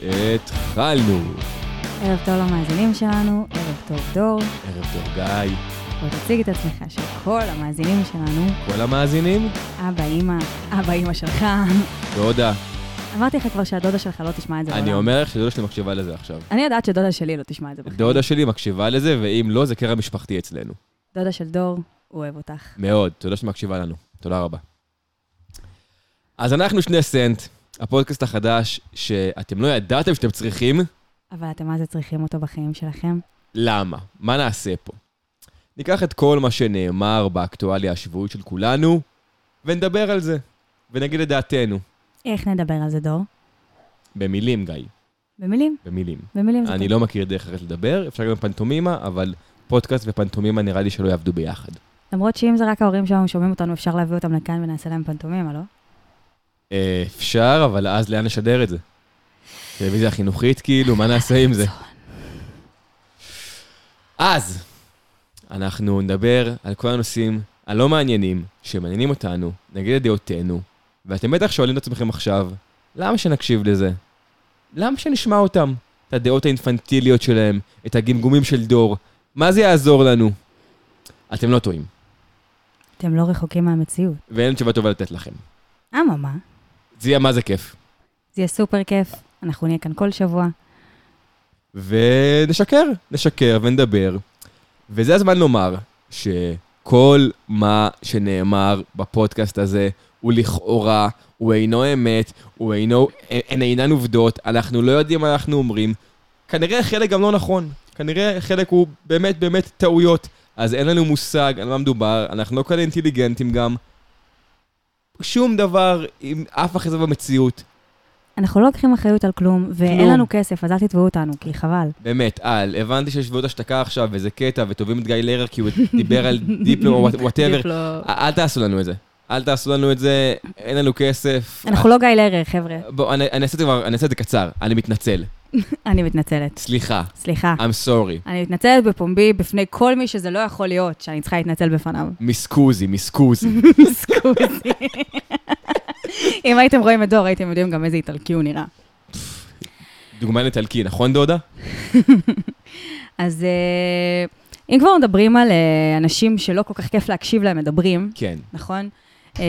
והתחלנו. ערב טוב למאזינים שלנו, ערב טוב דור. ערב טוב גיא, בוא תציג את עצמך של כל המאזינים שלנו, כל המאזינים, אבא, אימא, אבא, אימא שלך. דודה. אמרתי לך כבר שהדודה שלך לא תשמע את זה אני לעולם. אומר לך שדודה שלי מקשיבה לזה עכשיו. אני יודעת שדודה שלי לא תשמע את זה בכלל. דודה שלי מקשיבה לזה, ואם לא, זה קרע משפחתי אצלנו. דודה של דור, הוא אוהב אותך. מאוד, תודה שאת מקשיבה לנו. תודה רבה. אז אנחנו שני סנט, הפודקאסט החדש שאתם לא ידעתם שאתם צריכים, אבל אתם מה זה צריכים אותו בחיים שלכם? למה? מה נעשה פה? ניקח את כל מה שנאמר באקטואליה השבועית של כולנו, ונדבר על זה, ונגיד את דעתנו. איך נדבר על זה, דור? במילים, גיא, במילים, במילים. במילים זה אני טוב. לא מכיר דרך אחרת לדבר, אפשר גם פנטומימה, אבל פודקאסט ופנטומימה נראה לי שלא יעבדו ביחד. למרות שאם זה רק ההורים שלנו שומעים אותנו, אפשר להביא אותם לכאן ונעשה להם פנטומימה, לא? אה, אפשר, אבל אז לאן נשדר את זה? טלוויזיה חינוכית, כאילו, מה נעשה עם זה? אז, אנחנו נדבר על כל הנושאים הלא מעניינים, שמעניינים אותנו, נגיד את דעותינו, ואתם בטח שואלים את עצמכם עכשיו, למה שנקשיב לזה? למה שנשמע אותם? את הדעות האינפנטיליות שלהם, את הגמגומים של דור, מה זה יעזור לנו? אתם לא טועים, אתם לא רחוקים מהמציאות. ואין תשובה טובה לתת לכם. אממה, זה יהיה מה זה כיף. זה יהיה סופר כיף, אנחנו נהיה כאן כל שבוע. ונשקר, נשקר ונדבר. וזה הזמן לומר שכל מה שנאמר בפודקאסט הזה הוא לכאורה, הוא אינו אמת, הוא אינו, הן אינן עובדות, אנחנו לא יודעים מה אנחנו אומרים. כנראה חלק גם לא נכון, כנראה חלק הוא באמת באמת טעויות. אז אין לנו מושג על מה מדובר, אנחנו לא כאלה אינטליגנטים גם. שום דבר עם אף אחרי זה במציאות. אנחנו לא לוקחים אחריות על כלום, ואין כלום. לנו כסף, אז אל תתבעו אותנו, כי חבל. באמת, על, הבנתי שיש שביעות השתקה עכשיו, וזה קטע, ותובעים את גיא לרר כי הוא דיבר על דיפלו או וואטאבר. אל תעשו לנו את זה. אל תעשו לנו את זה, אין לנו כסף. אנחנו לא גיא לרר, חבר'ה. בואו, אני אני אעשה את זה כבר, אני אעשה את זה קצר. אני מתנצל. אני מתנצלת. סליחה. סליחה. I'm sorry. אני מתנצלת בפומבי בפני כל מי שזה לא יכול להיות, שאני צריכה להתנצל בפניו. מיסקוזי, מיסקוזי. סקוזי. אם הייתם רואים את דור, הייתם יודעים גם איזה איטלקי הוא נראה. דוגמה לאיטלקי, נכון, דודה? אז אה, אם כבר מדברים על אה, אנשים שלא כל כך כיף להקשיב להם מדברים, כן. נכון? אה,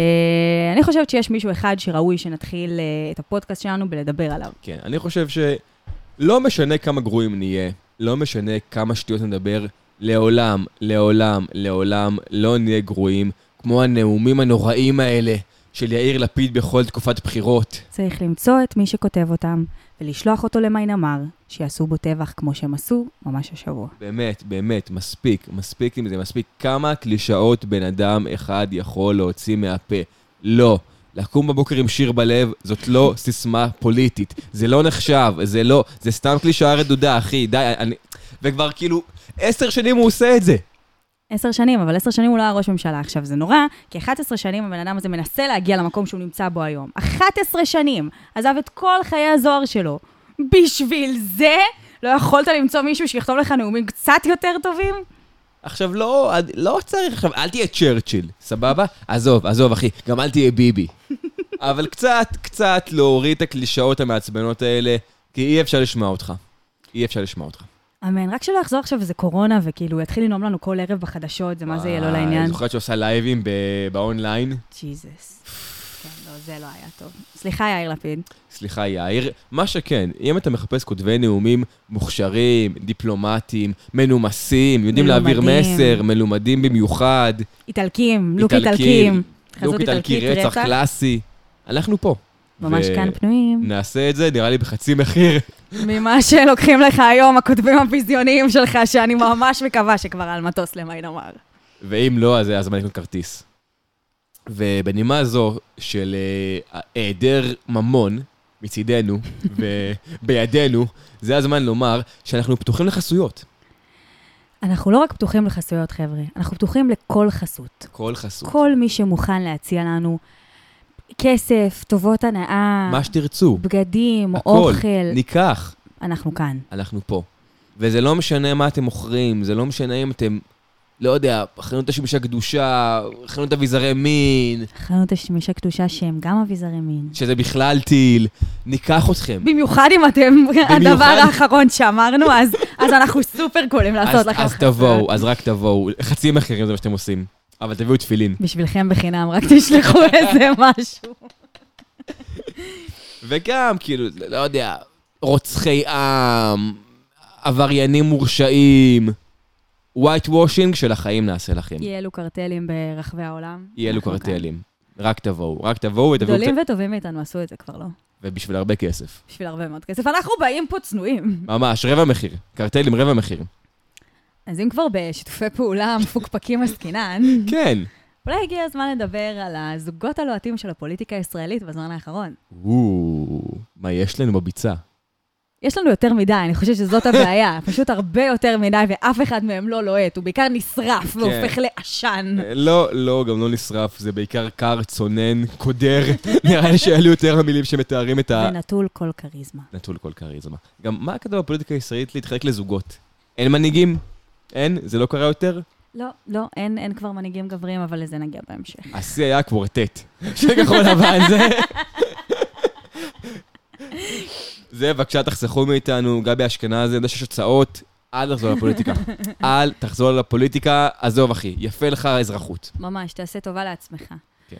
אני חושבת שיש מישהו אחד שראוי שנתחיל אה, את הפודקאסט שלנו בלדבר עליו. כן. אני חושב שלא משנה כמה גרועים נהיה, לא משנה כמה שטויות נדבר, לעולם, לעולם, לעולם לא נהיה גרועים, כמו הנאומים הנוראים האלה של יאיר לפיד בכל תקופת בחירות. צריך למצוא את מי שכותב אותם, ולשלוח אותו למיינמר, שיעשו בו טבח כמו שהם עשו ממש השבוע. באמת, באמת, מספיק, מספיק עם זה, מספיק. כמה קלישאות בן אדם אחד יכול להוציא מהפה? לא. לקום בבוקר עם שיר בלב, זאת לא סיסמה פוליטית. זה לא נחשב, זה לא, זה סתם קלישאה רדודה, אחי, די, אני... וכבר כאילו, עשר שנים הוא עושה את זה. עשר שנים, אבל עשר שנים הוא לא היה ראש ממשלה. עכשיו, זה נורא, כי 11 שנים הבן אדם הזה מנסה להגיע למקום שהוא נמצא בו היום. 11 שנים! עזב את כל חיי הזוהר שלו. בשביל זה לא יכולת למצוא מישהו שיכתוב לך נאומים קצת יותר טובים? עכשיו, לא, לא צריך עכשיו, אל תהיה צ'רצ'יל, סבבה? עזוב, עזוב, אחי, גם אל תהיה ביבי. אבל קצת, קצת להוריד את הקלישאות המעצבנות האלה, כי אי אפשר לשמוע אותך. אי אפשר לשמוע אותך. אמן, רק שלא יחזור עכשיו איזה קורונה, וכאילו, הוא יתחיל לנאום לנו כל ערב בחדשות, זה מה זה יהיה לא לעניין. אה, אני זוכרת שעושה לייבים ב- באונליין. ג'יזוס. כן, לא, זה לא היה טוב. סליחה, יאיר לפיד. סליחה, יאיר. מה שכן, אם אתה מחפש כותבי נאומים מוכשרים, דיפלומטיים, מנומסים, יודעים להעביר מלומדים. מסר, מלומדים במיוחד, איטלקים, לוק איטלקים, איטלקים. לוק חזות איטלקי, איטלקית, רצח קלאסי. אנחנו פה. ממש ו- כאן פנויים. נעשה את זה, נראה לי בחצי מחיר. ממה שלוקחים לך היום הכותבים הביזיוניים שלך, שאני ממש מקווה שכבר על מטוס למיינמר. ואם לא, אז זה הזמן לקנות כרטיס. ובנימה זו של אה, היעדר ממון מצידנו ובידינו, זה הזמן לומר שאנחנו פתוחים לחסויות. אנחנו לא רק פתוחים לחסויות, חבר'ה, אנחנו פתוחים לכל חסות. כל חסות. כל מי שמוכן להציע לנו כסף, טובות הנאה, מה שתרצו. בגדים, הכל. אוכל, ניקח. אנחנו כאן. אנחנו פה. וזה לא משנה מה אתם מוכרים, זה לא משנה אם אתם לא יודע, חנות השימוש הקדושה, חנות אביזרי מין, חנות השמיש הקדושה שהם גם אביזרי מין. שזה בכלל טיל, ניקח אתכם. במיוחד אם אתם הדבר האחרון שאמרנו, אז, אז אנחנו סופר קולים לעשות אז, לכם. אז תבואו, אז רק תבואו. חצי מחקרים זה מה שאתם עושים, אבל תביאו תפילין. בשבילכם בחינם, רק תשלחו איזה משהו. וגם, כאילו, לא יודע, רוצחי עם, עבריינים מורשעים, white washing של החיים נעשה לכם. יהיה אלו קרטלים ברחבי העולם. כן. יהיה אלו אנחנו כאן. קרטלים. רק תבואו, רק תבואו ותביאו... גדולים קצת- וטובים מאיתנו עשו את זה כבר לא. ובשביל הרבה כסף. בשביל הרבה מאוד כסף. אנחנו באים פה צנועים. ממש, רבע מחיר. קרטלים, רבע מחיר. אז אם כבר בשיתופי פעולה מפוקפקים עסקינן, כן. אולי הגיע הזמן לדבר על הזוגות הלוהטים של הפוליטיקה הישראלית בזמן האחרון. וואו, מה יש לנו בביצה? יש לנו יותר מדי, אני חושבת שזאת הבעיה. פשוט הרבה יותר מדי, ואף אחד מהם לא לוהט. הוא בעיקר כן. נשרף והופך לעשן. לא, לא, גם לא נשרף, זה בעיקר קר, צונן, קודר. נראה לי שאלו יותר המילים שמתארים את ה... ונטול כל כריזמה. נטול כל כריזמה. גם מה כתוב בפוליטיקה הישראלית להתחלק לזוגות? אין מנהיגים? אין? זה לא קרה יותר? לא, לא, אין, אין כבר מנהיגים גברים, אבל לזה נגיע בהמשך. השיא היה הקוורטט. של כחול לבן, זה... זה, בבקשה, תחסכו מאיתנו, גבי אשכנזי, אני יודע שיש הוצאות, אל תחזור לפוליטיקה. אל תחזור לפוליטיקה, עזוב, אחי, יפה לך האזרחות. ממש, תעשה טובה לעצמך. כן.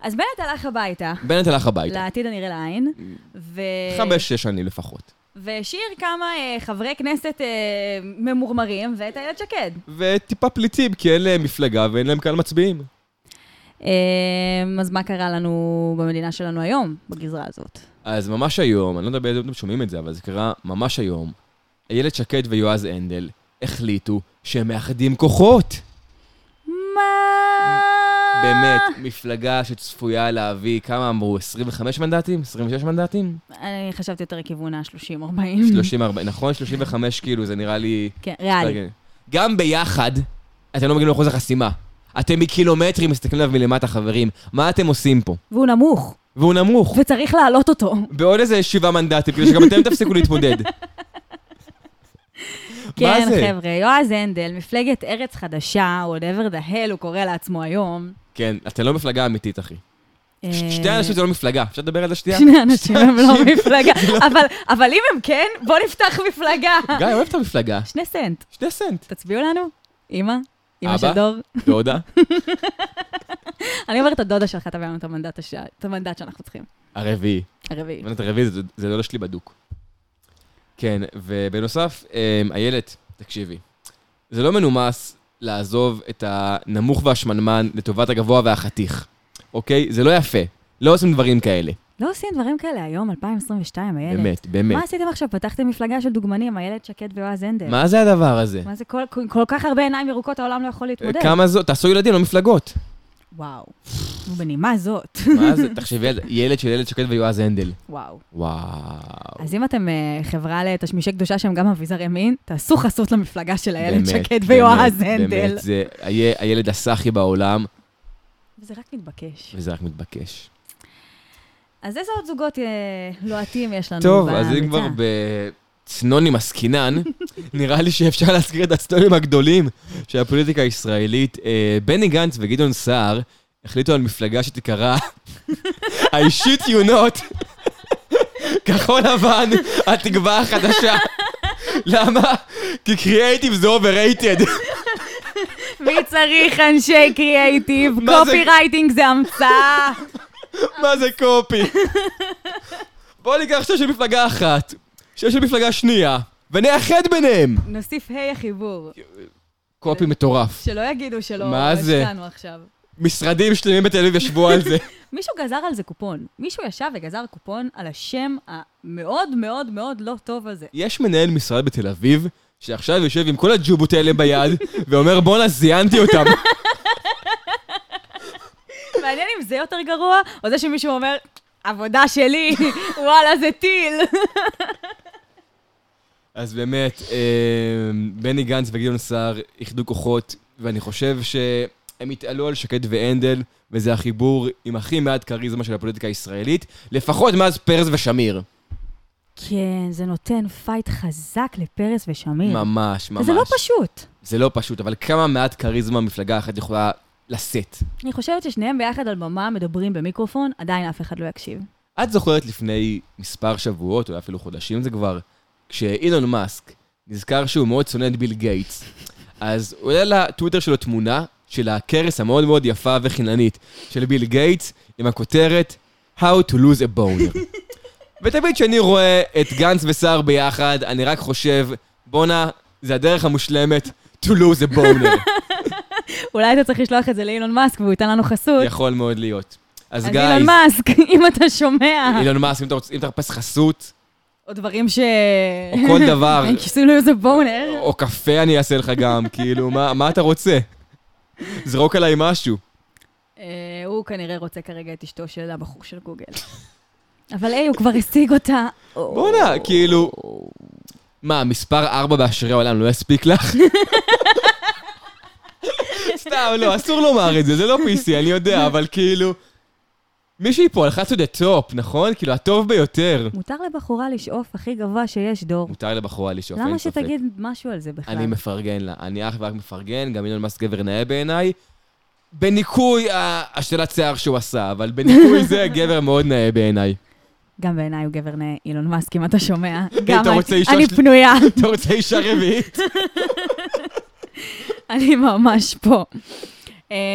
אז בנט הלך הביתה, בנט הלך הביתה. לעתיד הנראה לעין, ו... חמש, שש שנים לפחות. והשאיר כמה אה, חברי כנסת אה, ממורמרים, ואת איילת שקד. וטיפה פליטים, כי אין להם מפלגה ואין להם קהל מצביעים. אה, אז מה קרה לנו במדינה שלנו היום, בגזרה הזאת? אז ממש היום, אני לא יודע באיזה יום אתם שומעים את זה, אבל זה קרה ממש היום, איילת שקד ויועז הנדל החליטו שהם מאחדים כוחות. מה? באמת, מפלגה שצפויה להביא, כמה אמרו? 25 מנדטים? 26 מנדטים? אני חשבתי יותר לכיוון ה-30-40. 30, 40, נכון? 35 כאילו, זה נראה לי... אוקיי. כן, ריאלי. גם ביחד, אתם לא מגיעים לאחוז החסימה. אתם מקילומטרים מסתכלים עליו מלמטה, חברים. מה אתם עושים פה? והוא נמוך, והוא נמוך. וצריך להעלות אותו. בעוד איזה שבעה מנדטים, כדי שגם אתם תפסיקו להתמודד. כן, מה זה? חבר'ה, יועז הנדל, מפלגת ארץ חדשה, או whatever the hell הוא קורא לעצמו היום. כן, אתם לא מפלגה אמיתית, אחי. ש- אה, שתי אנשים זה לא מפלגה, אפשר לדבר על זה שנייה? שני אנשים הם לא מפלגה, אבל, אבל אם הם כן, בוא נפתח מפלגה. גיא, אוהב את המפלגה. שני סנט, שני סנט. תצביעו לנו? אמא? אמא אבא? של דוב? דודה. אני אומרת, הדודה שלך תביא לנו את המנדט, הש... את המנדט שאנחנו צריכים, הרביעי. הרביעי. מנת הרביעי זה- זה דודה שלי בדוק. כן, ובנוסף, אמ, איילת, תקשיבי. זה לא מנומס לעזוב את הנמוך והשמנמן לטובת הגבוה והחתיך, אוקיי? זה לא יפה. לא עושים דברים כאלה. לא עושים דברים כאלה היום, 2022, איילת. באמת, באמת. מה עשיתם עכשיו? פתחתם מפלגה של דוגמנים, איילת שקד ויועז הנדל. מה זה הדבר הזה? מה זה כל, כל, כל כך הרבה עיניים ירוקות העולם לא יכול להתמודד? כמה זאת? תעשו ילדים, לא מפלגות. וואו. נו, בנימה זאת. מה זה? תחשבי על ילד של ילד שקד ויועז הנדל. וואו. וואו. אז אם אתם אה, חברה לתשמישי קדושה שהם גם אביזרי מין, תעשו חסות למפלגה של איילת באמת, שקד באמת, ויועז הנדל. באמת, זה היה- הילד הסאחי בעולם, וזה רק מתבקש. וזה רק מתבקש. אז איזה עוד זוגות אה, לוהטים יש לנו אה? טוב, בביצה? אז אם כבר בצנונים עסקינן, נראה לי שאפשר להזכיר את הצנונים הגדולים של הפוליטיקה הישראלית. אה, בני גנץ וגדעון סער החליטו על מפלגה שתיקרא האישית יונות, כחול לבן, התקווה החדשה. למה? כי קריאייטיב זה overrated. מי צריך אנשי קריאייטיב? מה זה? קופי רייטינג זה המצאה. מה זה קופי? בואו ניקח עכשיו של מפלגה אחת, שיש של מפלגה שנייה, ונאחד ביניהם. נוסיף ה' החיבור, קופי מטורף. שלא יגידו שלא מה זה? השקענו עכשיו. משרדים שלמים בתל אביב ישבו על זה. מישהו גזר על זה קופון. מישהו ישב וגזר קופון על השם המאוד מאוד מאוד לא טוב הזה. יש מנהל משרד בתל אביב, שעכשיו יושב עם כל הג'ובות האלה ביד, ואומר בואנה זיינתי אותם. מעניין אם זה יותר גרוע, או זה שמישהו אומר, עבודה שלי, וואלה, זה טיל. אז באמת, אה, בני גנץ וגדעון סער איחדו כוחות, ואני חושב שהם התעלו על שקד והנדל, וזה החיבור עם הכי מעט כריזמה של הפוליטיקה הישראלית, לפחות מאז פרס ושמיר. כן, זה נותן פייט חזק לפרס ושמיר. ממש, ממש. זה כן. לא פשוט. זה לא פשוט, אבל כמה מעט כריזמה מפלגה אחת יכולה לשאת. אני חושבת ששניהם ביחד על במה מדברים במיקרופון, עדיין אף אחד לא יקשיב. את זוכרת לפני מספר שבועות, או אפילו חודשים זה כבר, כשאילון מאסק נזכר שהוא מאוד שונא את ביל גייטס, אז הוא העלה לטוויטר שלו תמונה של הכרס המאוד מאוד יפה וחיננית של ביל גייטס, עם הכותרת How to lose a boner. ותמיד כשאני רואה את גנץ וסער ביחד, אני רק חושב, בואנה, זה הדרך המושלמת to lose a boner. אולי אתה צריך לשלוח את זה לאילון מאסק והוא ייתן לנו חסות. יכול מאוד להיות. אז אז גיא, אילון מאסק, אם אתה שומע, אילון מאסק, אם אתה רוצ- אם אתה מחפש חסות, או דברים ש... או כל דבר, כיסינו איזה בונר. או קפה אני אעשה לך גם, כאילו, מה מה אתה רוצה? זרוק עליי משהו. אה, הוא כנראה רוצה כרגע את אשתו של הבחור של גוגל. אבל היי, הוא כבר השיג אותה. בואנה, כאילו, מה, מספר 4 באשרי העולם לא יספיק לך? סתם, לא, אסור לומר את זה, זה לא PC, אני יודע, אבל כאילו... מישהי פה הלכה to the top, נכון? כאילו, הטוב ביותר. מותר לבחורה לשאוף הכי גבוה שיש דור. מותר לבחורה לשאוף, אין למה ספק. שתגיד משהו על זה בכלל? אני מפרגן לה. אני אך ורק מפרגן, גם אילון מאסק גבר נאה בעיניי. בניכוי ה- השתלת שיער שהוא עשה, אבל בניכוי זה גבר מאוד נאה בעיניי. גם בעיניי הוא גבר נאה, אילון מאסק, אם אתה שומע. גם אתה רוצה אני- אישה אני של- פנויה, אתה רוצה אישה רביעית? אני ממש פה.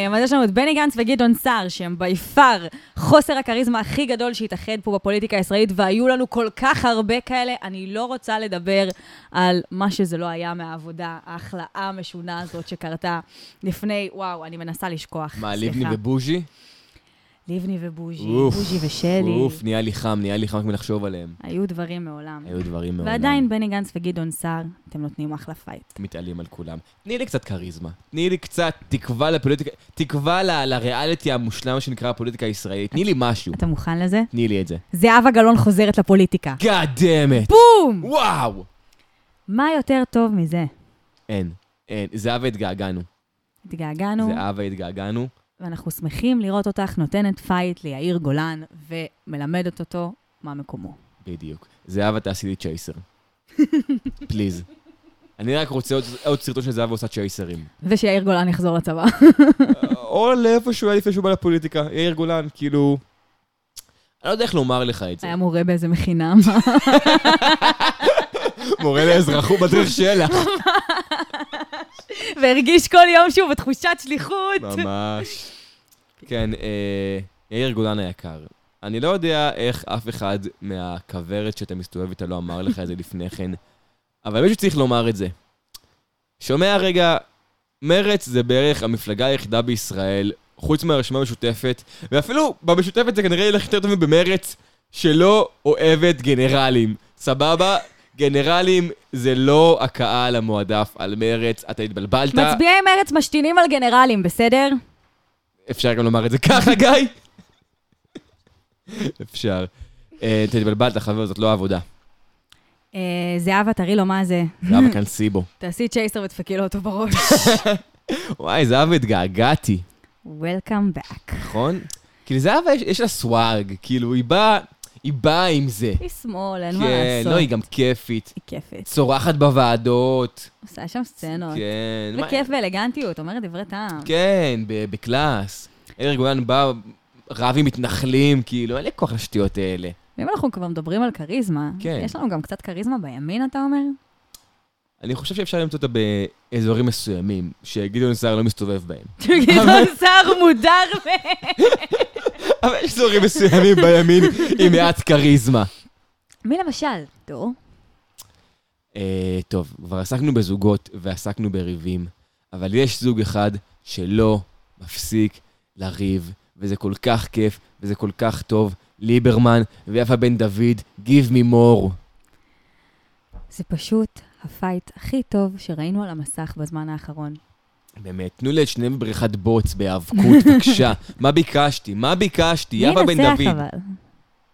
אמ, אז יש לנו את בני גנץ וגדעון סער, שהם בי פאר חוסר הכריזמה הכי גדול שהתאחד פה בפוליטיקה הישראלית, והיו לנו כל כך הרבה כאלה. אני לא רוצה לדבר על מה שזה לא היה מהעבודה, ההחלאה המשונה הזאת שקרתה לפני, וואו, אני מנסה לשכוח. מה, סליחה. לבני ובוז'י? לבני ובוז'י, אוף, בוז'י ושלי. אוף, נהיה לי חם, נהיה לי חם רק מלחשוב עליהם. היו דברים מעולם. היו דברים מעולם. ועדיין בני גנץ וגדעון סער, אתם נותנים אחלה פייט. מתעלים על כולם. תני לי קצת כריזמה. תני לי קצת תקווה לפוליטיקה, תקווה ל- לריאליטי המושלם שנקרא הפוליטיקה הישראלית. תני לי משהו. אתה מוכן לזה? תני לי את זה. זהבה גלאון חוזרת לפוליטיקה. God damn it. בום! וואו! מה יותר טוב מזה? אין, אין. זהבה התגעגענו. התגעגענו, זהבה התגעגענו. ואנחנו שמחים לראות אותך נותנת פייט ליאיר גולן ומלמדת אותו מה מקומו. בדיוק. זהבה, תעשי לי צ'ייסר. פליז. אני רק רוצה עוד, עוד סרטון של זהבה עושה צ'ייסרים. ושיאיר גולן יחזור לצבא. או לאיפה שהוא היה לפני שהוא בא לפוליטיקה. יאיר גולן, כאילו... אני לא יודע איך לומר לך את זה. היה מורה באיזה מכינה. מורה לאזרחות בדרך שלח. והרגיש כל יום שהוא בתחושת שליחות. ממש. כן, אה, יאיר גולן היקר, אני לא יודע איך אף אחד מהכוורת שאתה מסתובב איתה לא אמר לך את זה לפני כן, אבל מישהו צריך לומר את זה. שומע רגע, מרצ זה בערך המפלגה היחידה בישראל, חוץ מהרשימה המשותפת, ואפילו במשותפת זה כנראה ילך יותר טוב מבמרץ, שלא אוהבת גנרלים. סבבה? גנרלים זה לא הקהל המועדף על מרץ, אתה התבלבלת. מצביעי מרצ משתינים על גנרלים, בסדר? אפשר גם לומר את זה ככה, גיא? אפשר. אה, תתבלבלת, חבר, זאת לא עבודה. אה, זהבה, תראי לו מה זה. זהבה כאן סיבו. תעשי צ'ייסר ותפקי לו אותו בראש. וואי, זהבה, התגעגעתי, Welcome back. נכון? כאילו, זהבה, יש- יש לה סוואג, כאילו, היא באה, היא באה עם זה. היא שמאל, אין מה כן, לעשות. לא, היא גם כיפית. היא כיפת. צורחת בוועדות. עושה שם סצנות. כן. מה- בכיף ואלגנטיות, אומרת דברי טעם. כן, ב- בקלאס. אלי גולן בא, רב עם מתנחלים, כאילו, אין לי כוח לשטויות האלה. ואם אנחנו כבר מדברים על כריזמה, כן. יש לנו גם קצת כריזמה בימין, אתה אומר? אני חושב שאפשר למצוא אותה באזורים מסוימים, שגדעון סער לא מסתובב בהם. גדעון סער מודר מהם. אבל יש דברים מסוימים בימין עם מעט כריזמה. מי למשל? דור. אה, טוב, כבר עסקנו בזוגות ועסקנו בריבים, אבל יש זוג אחד שלא מפסיק לריב, וזה כל כך כיף, וזה כל כך טוב. ליברמן ויפה בן דוד, give me more. זה פשוט הפייט הכי טוב שראינו על המסך בזמן האחרון. באמת, תנו לי את שניהם בריכת בוץ בהיאבקות, בבקשה. מה ביקשתי? מה ביקשתי? מי יפה בן ינצח דוד. אבל?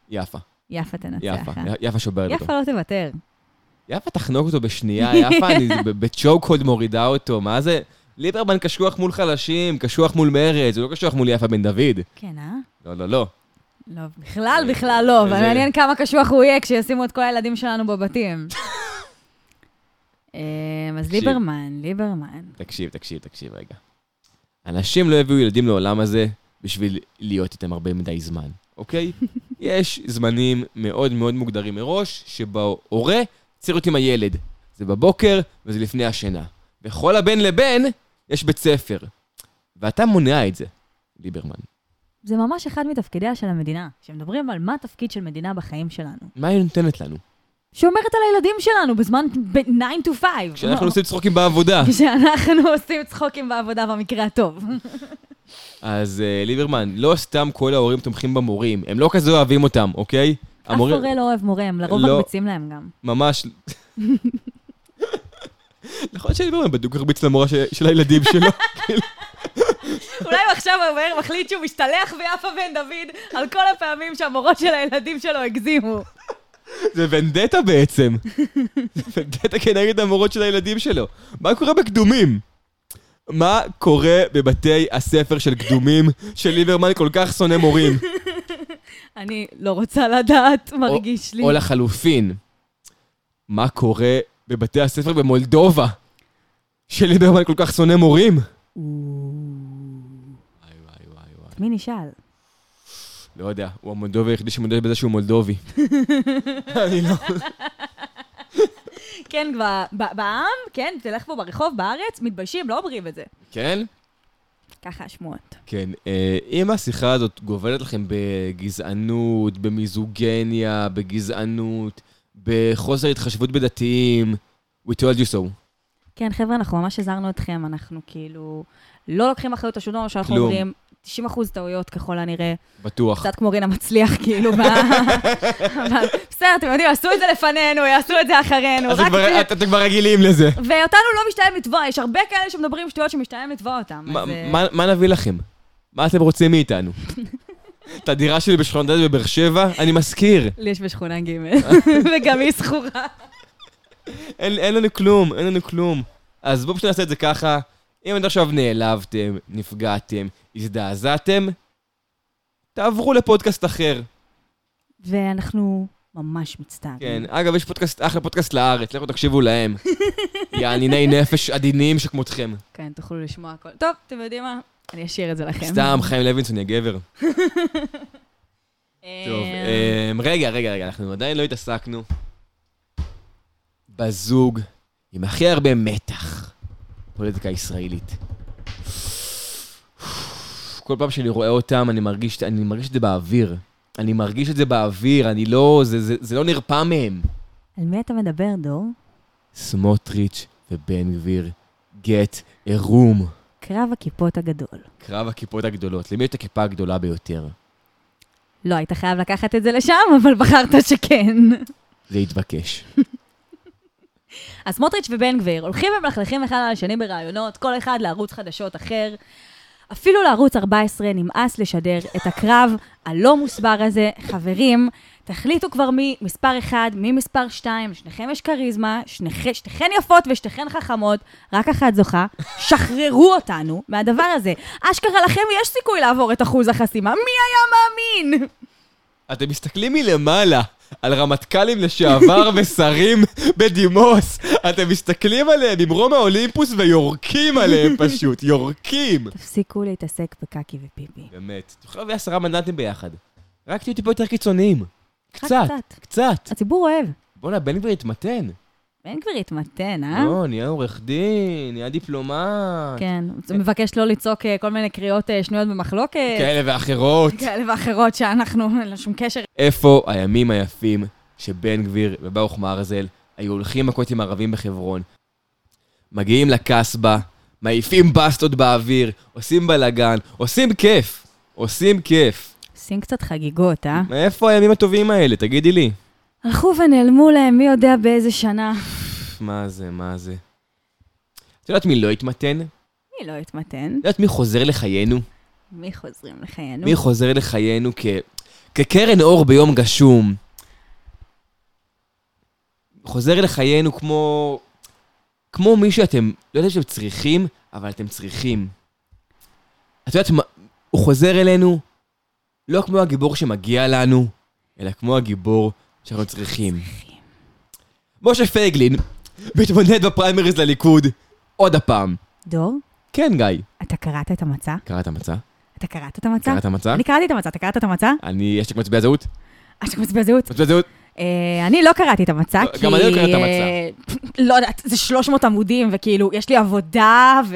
יפה, יפה תנצח. יפה, אה? יפה שוברת אותו. יפה לא תוותר. יפה תחנוק אותו בשנייה, יפה, אני ב- בצ'וק הולד מורידה אותו, מה זה? ליברמן קשוח מול חלשים, קשוח מול מרצ, הוא לא קשוח מול יפה בן דוד. כן, אה? לא, לא, לא. לא, בכלל, בכלל לא, אבל זה- מעניין כמה קשוח הוא יהיה כשישימו את כל הילדים שלנו בבתים. אמ, אז תקשיב. ליברמן, ליברמן. תקשיב, תקשיב, תקשיב רגע. אנשים לא הביאו ילדים לעולם הזה בשביל להיות איתם הרבה מדי זמן, אוקיי? יש זמנים מאוד מאוד מוגדרים מראש, שבהורה צריך להיות עם הילד. זה בבוקר וזה לפני השינה. וכל הבין לבין יש בית ספר. ואתה מונע את זה, ליברמן. זה ממש אחד מתפקידיה של המדינה, כשמדברים על מה התפקיד של מדינה בחיים שלנו. מה היא נותנת לנו? שומרת על הילדים שלנו בזמן ב- 9 to 5. כשאנחנו עושים צחוקים בעבודה. כשאנחנו עושים צחוקים בעבודה במקרה הטוב. אז אה, ליברמן, לא סתם כל ההורים תומכים במורים, הם לא כזה אוהבים אותם, אוקיי? אף הורה לא אוהב מורה, הם לרוב לא. מרביצים להם גם. ממש... נכון שליברמן בדיוק הרביץ למורה של- של הילדים שלו. אולי הוא עכשיו אומר, מחליט שהוא משתלח ביפה בן דוד על כל הפעמים שהמורות של הילדים שלו הגזימו. זה ונדטה בעצם. זה ונדטה כנגד המורות של הילדים שלו. מה קורה בקדומים? מה קורה בבתי הספר של קדומים, שליברמן כל כך שונא מורים? אני לא רוצה לדעת, מרגיש לי. או לחלופין, מה קורה בבתי הספר במולדובה, שליברמן כל כך שונא מורים? וואי וואי וואי וואי. מי נשאל? לא יודע, הוא המולדובי היחידי שמודה בזה שהוא מולדובי. אני לא... כן, כבר, ב- בעם, כן, תלך פה ברחוב, בארץ, מתביישים, לא אומרים את זה. כן? ככה השמועות. כן. אה, אם השיחה הזאת גובלת לכם בגזענות, במיזוגניה, בגזענות, בחוסר התחשבות בדתיים, we told you so. כן, חבר'ה, אנחנו ממש עזרנו אתכם, אנחנו כאילו לא לוקחים אחריות על שום דבר שאנחנו כלום. אומרים. 90 אחוז טעויות ככל הנראה, בטוח. קצת כמו רינה מצליח, כאילו, מה- אבל בסדר, אתם יודעים, עשו את זה לפנינו, יעשו את זה אחרינו, אז רק... זה- כבר- את- אתם כבר רגילים לזה. ואותנו לא משתלם לתבוע, יש הרבה כאלה שמדברים שטויות שמשתלם לתבוע אותם. מה- אז, אה, מה- מה נביא לכם? מה אתם רוצים מאיתנו? את הדירה שלי בשכונת ד' בבאר שבע, אני מזכיר. לי יש בשכונה ג' וגם היא זכורה. אין, אין לנו כלום, אין לנו כלום. אז בואו פשוט נעשה את זה ככה. אם עד עכשיו נעלבתם, נפגעתם, הזדעזעתם, תעברו לפודקאסט אחר. ואנחנו ממש מצטערים. כן, אגב, יש פודקאסט, אחלה פודקאסט לארץ, לכו תקשיבו להם. יעניני נפש עדינים שכמותכם. כן, תוכלו לשמוע הכל. טוב, אתם יודעים מה? אני אשאיר את זה לכם. סתם, חיים לוינסון, יא גבר. אה, טוב, אמ, רגע, רגע, רגע, אנחנו עדיין לא התעסקנו בזוג עם הכי הרבה מתח, פוליטיקה ישראלית. כל פעם שאני רואה אותם, אני מרגיש, אני מרגיש את זה באוויר. אני מרגיש את זה באוויר, אני לא, זה, זה, זה לא נרפא מהם. על מי אתה מדבר, דור? סמוטריץ' ובן גביר, get a room. קרב הכיפות הגדול. קרב הכיפות הגדולות, למי יש את הכיפה הגדולה ביותר? לא, היית חייב לקחת את זה לשם, אבל בחרת שכן. זה התבקש. אז סמוטריץ' ובן גביר הולכים ומלכלכים אחד על השני בראיונות, כל אחד לערוץ חדשות אחר. אפילו לערוץ 14 נמאס לשדר את הקרב הלא מוסבר הזה. חברים, תחליטו כבר מי מספר 1, מי מספר 2, לשניכם יש כריזמה, שניכ... שתיכן יפות ושתיכן חכמות, רק אחת זוכה. שחררו אותנו מהדבר הזה. אשכרה לכם יש סיכוי לעבור את אחוז החסימה, מי היה מאמין? אתם מסתכלים מלמעלה על רמטכ"לים לשעבר ושרים בדימוס. אתם מסתכלים עליהם ממרום האולימפוס ויורקים עליהם פשוט, יורקים. תפסיקו להתעסק בקקי ופיפי. באמת, תוכל להביא עשרה מנדטים ביחד. רק תהיו טיפה יותר קיצוניים. רק קצת, קצת. קצת. הציבור אוהב. בואנה, בן גביר התמתן. בן גביר התמתן, אה? לא, נהיה עורך דין, נהיה דיפלומט. כן, הוא מבקש לא לצעוק אה, כל מיני קריאות אה, שנויות במחלוקת, כאלה ואחרות. כאלה ואחרות שאנחנו, אין לנו שום קשר. איפה הימים היפים שבן גביר וברוך מרזל היו הולכים מכות עם ערבים בחברון? מגיעים לקסבה, מעיפים בסטות באוויר, עושים בלאגן, עושים כיף, עושים כיף. עושים קצת חגיגות, אה? מאיפה הימים הטובים האלה? תגידי לי. הלכו ונעלמו להם, מי יודע באיזה שנה. מה זה, מה זה? את יודעת מי לא התמתן? את מי לא התמתן? יודעת מי חוזר לחיינו? מי חוזרים לחיינו? מי חוזר לחיינו כ... כקרן אור ביום גשום. חוזר לחיינו כמו... כמו מי שאתם, לא יודעים שאתם צריכים, אבל אתם צריכים. את יודעת מה, הוא חוזר אלינו לא כמו הגיבור שמגיע לנו, אלא כמו הגיבור שאנחנו צריכים. משה פייגלין מתמודד בפריימריז לליכוד עוד הפעם. דור, כן, גיא. אתה קראת את המצע? קראת מצע? אתה קראת את המצע? קראת מצע? אני קראתי את המצע, אתה קראת את המצע? אני, יש לי מצביע זהות? אה, שאתה מצביע זהות? מצביע זהות? אה, אני לא קראתי את המצע, לא, כי... גם אני לא קראתי את המצע. המצע. לא יודעת, זה 300 עמודים, וכאילו, יש לי עבודה, ו...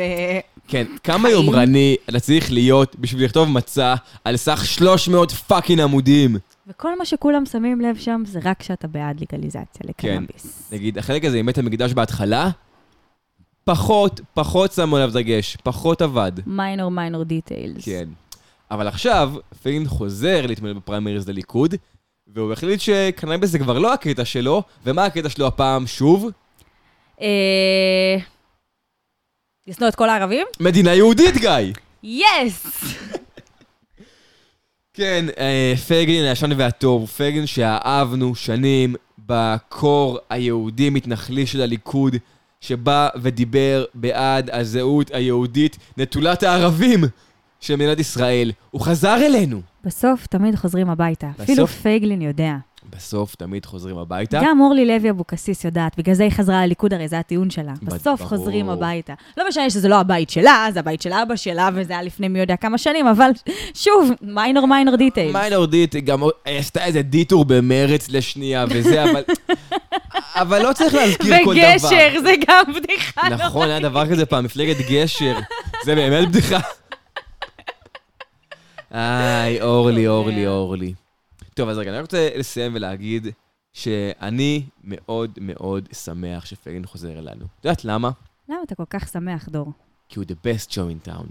כן, כמה חיים. יומרני אתה צריך להיות בשביל לכתוב מצע על סך 300 פאקינג עמודים. וכל מה שכולם שמים לב שם, זה רק שאתה בעד לגליזציה כן. לקנאביס. נגיד, החלק הזה עם בית המקדש בהתחלה, פחות, פחות שמו עליו דגש, פחות עבד. מיינור מיינור דיטיילס. כן. אבל עכשיו, פייגלין חוזר להתמודד בפריימריז לליכוד, והוא החליט שקנאביס זה כבר לא הקטע שלו, ומה הקטע שלו הפעם שוב? לשנוא אה, את כל הערבים? מדינה יהודית, גיא! יס! כן, אה, פייגלין הישן והטוב, פייגלין שאהבנו שנים בקור היהודי מתנחלי של הליכוד, שבא ודיבר בעד הזהות היהודית נטולת הערבים של מדינת ישראל. הוא חזר אלינו. בסוף תמיד חוזרים הביתה. אפילו בסוף? פייגלין יודע. בסוף תמיד חוזרים הביתה. גם אורלי לוי אבקסיס יודעת, בגלל זה היא חזרה לליכוד, הרי זה הטיעון שלה. בד- בסוף ברור. חוזרים הביתה. לא משנה שזה לא הבית שלה, זה הבית של אבא שלה, וזה היה לפני מי יודע כמה שנים, אבל שוב, מיינור מיינור דיטייל. מיינורדית גם עשתה איזה דיטור במרץ לשנייה וזה, אבל... אבל לא צריך להזכיר כל דבר. וגשר, זה גם בדיחה נורא. נכון, היה דבר כזה פעם, מפלגת גשר. זה באמת בדיחה. איי, אורלי, אורלי, אורלי. טוב, אז רגע, אני רק רוצה לסיים ולהגיד שאני מאוד מאוד שמח שפייגלין חוזר אלינו. את יודעת למה? למה אתה כל כך שמח, דור? כי הוא the best show in town.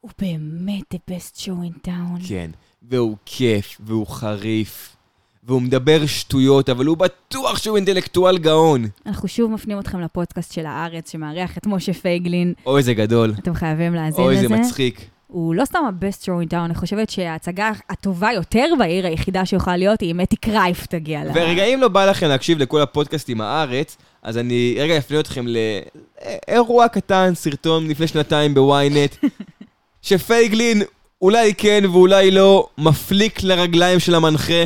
הוא באמת the best show in town. כן. והוא כיף, והוא חריף, והוא מדבר שטויות, אבל הוא בטוח שהוא אינטלקטואל גאון. אנחנו שוב מפנים אתכם לפודקאסט של הארץ, שמארח את משה פייגלין. אוי, זה גדול. אתם חייבים להאזין לזה. אוי, זה מצחיק. הוא לא סתם ה-best show in town, אני חושבת שההצגה הטובה יותר בעיר היחידה שיכולה להיות היא אם אתי קרייף תגיע לה. ורגע, אם לא בא לכם להקשיב לכל הפודקאסטים הארץ, אז אני רגע אפנה אתכם לאירוע קטן, סרטון לפני שנתיים בוויינט, שפייגלין, אולי כן ואולי לא, מפליק לרגליים של המנחה.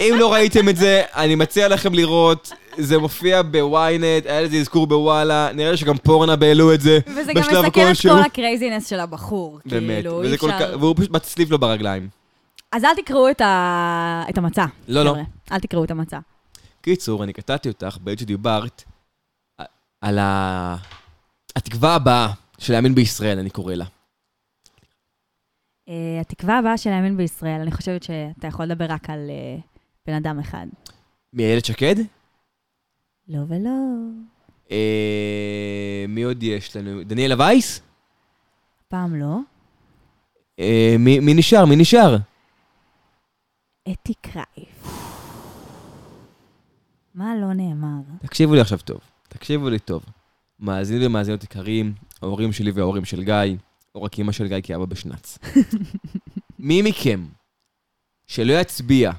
אם לא ראיתם את זה, אני מציע לכם לראות. זה מופיע בוויינט, היה לזה אזכור בוואלה, נראה לי שגם פורנב העלו את זה וזה גם בשלב מסכן את כלשהו. כל הקרייזינס של הבחור. באמת, כאילו, אי וזה כל כך- אפשר... והוא פשוט מצליף לו ברגליים. אז אל תקראו את ה- את המצע. לא, לא. חבר'ה. אל תקראו את המצע. קיצור, אני קטעתי אותך בעת שדיברת על ה... התקווה הבאה של הימין בישראל, אני קורא לה. אה, התקווה הבאה של הימין בישראל, אני חושבת שאתה יכול לדבר רק על אה, בן אדם אחד. מאיילת שקד? לא ולא. אה, מי עוד יש לנו? דניאלה וייס? פעם לא. אה, מי, מי נשאר? מי נשאר? אתי קרייף. מה לא נאמר? תקשיבו לי עכשיו טוב. תקשיבו לי טוב. מאזינים ומאזינות יקרים, ההורים שלי וההורים של גיא, לא רק אימא של גיא כי אבא בשנץ. מי מכם שלא יצביע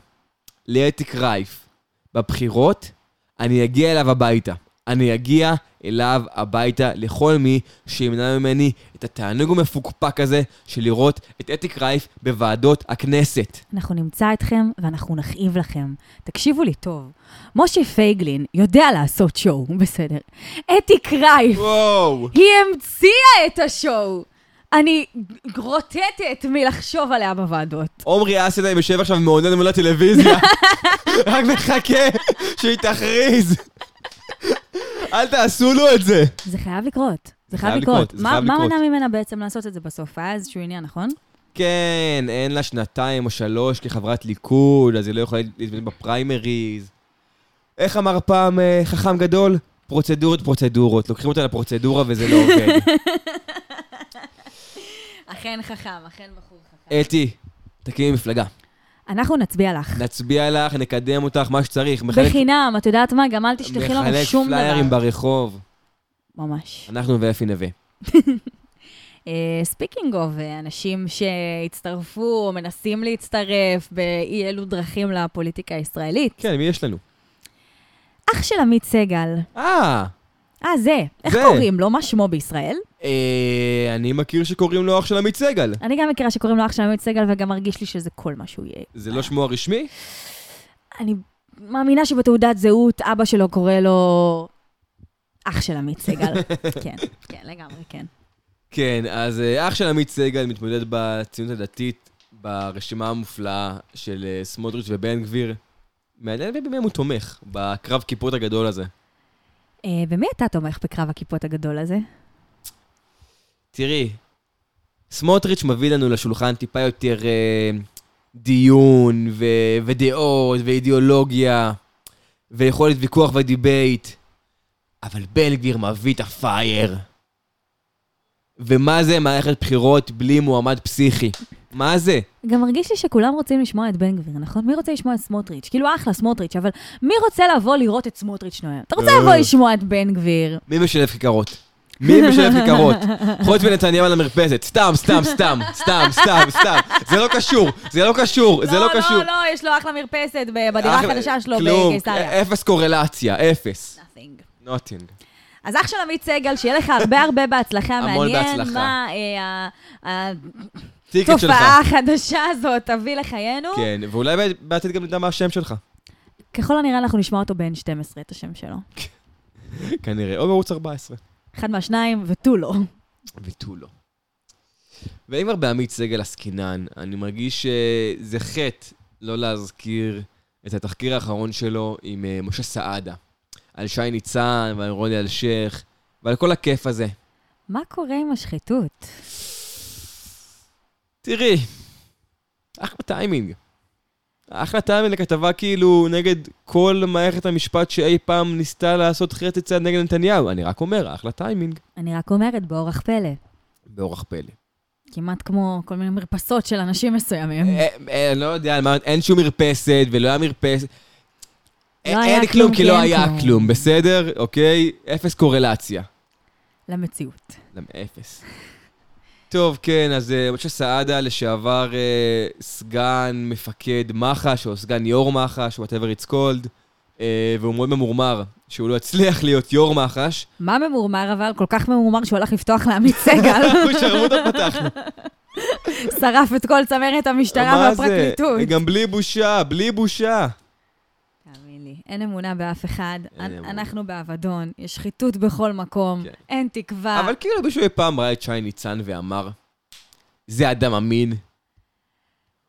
לאתי קרייף בבחירות, אני אגיע אליו הביתה. אני אגיע אליו הביתה לכל מי שימנע ממני את התענוג המפוקפק הזה של לראות את אתי קרייף בוועדות הכנסת. אנחנו נמצא אתכם ואנחנו נכאיב לכם. תקשיבו לי טוב, משה פייגלין יודע לעשות שואו, בסדר. אתי קרייף, וואו! היא המציאה את השואו! אני גרוטטת מלחשוב עליה בוועדות. עומרי אסלהיים יושב עכשיו ומעונן מול הטלוויזיה, רק מחכה שהיא תכריז. אל תעשו לו את זה. זה חייב לקרות. זה חייב חייב לקרות. לקרות, זה מה- חייב מה לקרות. מנע ממנה בעצם לעשות את זה בסוף? היה איזשהו עניין, נכון? כן, אין לה שנתיים או שלוש כחברת ליכוד, אז היא לא יכולה להתמודד בפריימריז. איך אמר פעם אה, חכם גדול? פרוצדורות, פרוצדורות. לוקחים אותה לפרוצדורה וזה לא עובד. אכן חכם, אכן בחור חכם. אתי, תקימי מפלגה. אנחנו נצביע לך. נצביע לך, נקדם אותך, מה שצריך. מחלק- בחינם, את יודעת מה? גם אל תשלחי לנו לא שום מחלק פליירים דבר. ברחוב. ממש. אה, אנחנו ואפי נווה. ספיקינג אוף, אנשים שהצטרפו או מנסים להצטרף באי אלו דרכים לפוליטיקה הישראלית. כן, מי יש לנו? אח של עמית סגל. אה! אה, זה. איך זה. קוראים לו? מה שמו בישראל? אה, אני מכיר שקוראים לו אח של עמית סגל. אני גם מכירה שקוראים לו אח של עמית סגל, וגם מרגיש לי שזה כל מה שהוא יהיה. זה לא שמו הרשמי? אני מאמינה שבתעודת זהות אבא שלו קורא לו אח של עמית סגל. כן, כן, לגמרי, כן. כן, אז אה, אח של עמית סגל מתמודד בציונות הדתית, ברשימה המופלאה של אה, סמוטריץ' ובן גביר. מעניין במי הוא תומך, בקרב כיפות הגדול הזה. אה, במי אתה תומך בקרב הכיפות הגדול הזה? תראי, סמוטריץ' מביא לנו לשולחן טיפה יותר אה, דיון ו- ודעות ואידיאולוגיה ויכולת ויכוח ודיבייט, אבל בן גביר מביא את הפייר. ומה זה מערכת בחירות בלי מועמד פסיכי? מה זה? גם מרגיש לי שכולם רוצים לשמוע את בן גביר, נכון? מי רוצה לשמוע את סמוטריץ'? כאילו, אחלה, סמוטריץ', אבל מי רוצה לבוא לראות את סמוטריץ' נואם? אתה רוצה אה. לבוא לשמוע את בן גביר. מי משלב כיכרות? מי משלב כיכרות? חוץ מנתניהו על המרפסת. סתם, סתם, סתם, סתם, סתם, סתם. זה לא קשור, זה לא קשור, זה לא קשור. לא, לא, לא, יש לו אחלה מרפסת ב- בדירה אחלה- החדשה שלו אה, כלום, אה, בקיסריה. אפס קורלציה, אפס. Nothing. נוטינג. אז אח של עמית סגל, שיהיה לך הרבה הרבה בהצלחה. המון מעניין בהצלחה. מה אה, ה- טיקט שלך. התופעה החדשה הזאת תביא לחיינו. כן, ואולי בע- בעתיד גם נדע מה השם שלך. ככל הנראה אנחנו נשמע אותו בן 12, את השם שלו. כנראה, או בערוץ 14. אחד מהשניים ותו לא. ותו לא. ואם כבר בעמית סגל עסקינן, אני מרגיש שזה חטא לא להזכיר את התחקיר האחרון שלו עם אה, משה סעדה. על שי ניצן ועל רוני אלשיך, ועל כל הכיף הזה. מה קורה עם השחיתות? תראי, אחלה טיימינג. אחלה טיימינג לכתבה כאילו נגד כל מערכת המשפט שאי פעם ניסתה לעשות חרט צד נגד נתניהו. אני רק אומר, אחלה טיימינג. אני רק אומרת, באורח פלא. באורח פלא. כמעט כמו כל מיני מרפסות של אנשים מסוימים. אה, אה, אני לא יודע, מה- אין שום מרפסת ולא היה מרפסת. אין לא היה אין כלום, כן? כלום כי כי לא אין היה כלום. כלום, בסדר? אוקיי? אפס קורלציה. למציאות. למה אפס? טוב, כן, אז אה, משה סעדה, לשעבר אה, סגן מפקד מח"ש, או סגן יו"ר מח"ש, whatever it's called, אה, והוא מאוד ממורמר שהוא לא יצליח להיות יו"ר מח"ש. מה ממורמר אבל? כל כך ממורמר שהוא הלך לפתוח לעמית סגל. הוא שרמוטה פתחנו. שרף את כל צמרת המשטרה מה זה? והפרקליטות. אה, גם בלי בושה, בלי בושה. תאמין לי, אין אמונה באף אחד. אין אנ- אמונה. אנחנו באבדון, יש שחיתות בכל מקום, כן. אין תקווה. אבל כאילו מישהו אי פעם ראה את שי ניצן ואמר, זה אדם אמין.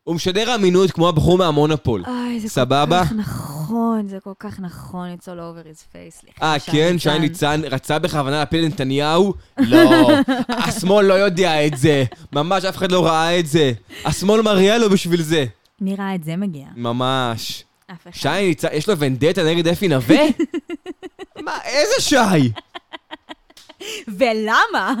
הוא משדר אמינות כמו הבחור מהמונופול. אוי, זה סבבה? כל כך נכון, זה כל כך נכון, it's all over his face. סליחה, אה, שי כן, שי ניצן רצה בכוונה להפיל את נתניהו? לא, השמאל לא יודע את זה. ממש אף אחד לא ראה את זה. השמאל מראה לו בשביל זה. מי ראה את זה מגיע? ממש. אף אחד. שי ניצן, יש לו ונדטה נגד אפי נווה? מה, איזה שי? ולמה?